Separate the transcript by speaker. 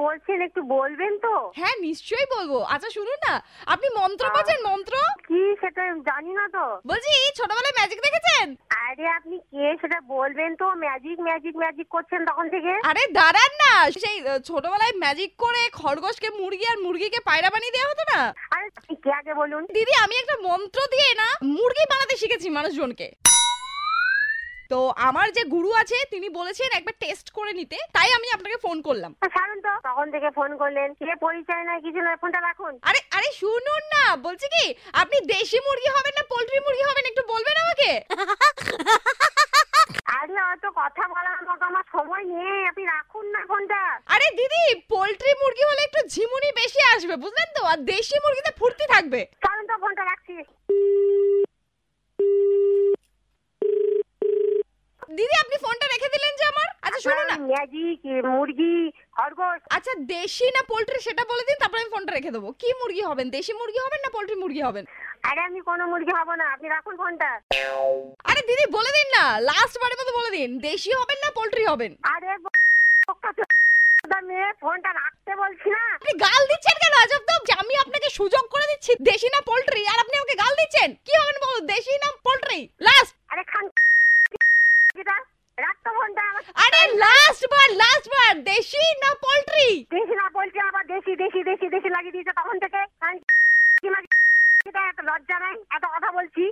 Speaker 1: করছেন একটু বলবেন তো
Speaker 2: হ্যাঁ নিশ্চয়ই বলবো আচ্ছা শুনুন না আপনি মন্ত্র পাচ্ছেন মন্ত্র
Speaker 1: কি সেটা জানি না তো
Speaker 2: বলছি ছোটবেলায় ম্যাজিক দেখেছেন
Speaker 1: আরে আপনি কে সেটা বলবেন তো ম্যাজিক ম্যাজিক ম্যাজিক করছেন তখন থেকে
Speaker 2: আরে দাঁড়ান না সেই আহ, ছোটবেলায় ম্যাজিক করে খরগোশকে মুরগি আর মুরগিকে পায়রা বানিয়ে দেওয়া হতো না
Speaker 1: আরে আপনি কে আগে বলুন
Speaker 2: দিদি আমি একটা মন্ত্র দিয়ে না মুরগি বানাতে শিখেছি মানুষজনকে তো আমার যে গুরু আছে তিনি বলেছেন একবার টেস্ট করে নিতে তাই আমি আপনাকে ফোন করলাম
Speaker 1: তো ছাড়ুন তো তখন থেকে ফোন করলেন কে পরিচয় নয় কিছু নয় ফোনটা রাখুন
Speaker 2: আরে আরে শুনুন না বলছি কি আপনি দেশি মুরগি হবেন না পোলট্রি মুরগি হবেন একটু বলবেন আমাকে
Speaker 1: আরে অত কথা বলার মতো আমার সময় নেই আপনি রাখুন না ফোনটা
Speaker 2: আরে দিদি পোলট্রি মুরগি হলে একটু ঝিমুনি বেশি আসবে বুঝলেন তো আর দেশি মুরগিতে ফুর্তি থাকবে
Speaker 1: ছাড়ুন তো ফোনটা রাখছি
Speaker 2: দিদি আপনি ফোনটা রেখে দিলেন যে আমার আচ্ছা শুনুন না
Speaker 1: ম্যাজিক মুরগি খরগোশ
Speaker 2: আচ্ছা দেশি না পোলট্রি সেটা বলে দিন তারপর আমি ফোনটা রেখে দেবো কি মুরগি হবেন দেশি মুরগি হবেন না পোলট্রি মুরগি হবেন
Speaker 1: আরে আমি কোনো মুরগি হব না আপনি রাখুন ফোনটা
Speaker 2: আরে দিদি বলে দিন না লাস্ট বারের মতো বলে দিন দেশি হবেন না পোলট্রি হবেন
Speaker 1: আরে ব- বোকা চোদা মেয়ে ফোনটা রাখতে বলছি না
Speaker 2: আপনি গাল দিচ্ছেন কেন আজব তো যে আমি আপনাকে সুযোগ করে দিচ্ছি দেশি না পোলট্রি আর আপনি আমাকে গাল দিচ্ছেন কি হবেন বলো দেশি না পোলট্রি লাস্ট
Speaker 1: আরে খান যেটা রাখতো ফোনটা আমার
Speaker 2: আরে লাস্ট বার লাস্ট বার দেশি না পোলট্রি
Speaker 1: দেশি না বলছি আবার দেশি দেশি দেশি দেশি লাগিয়ে দিয়েছে তখন থেকে খান কি লাগিয়ে- এটা এত লজ্জা নাই এত কথা বলছি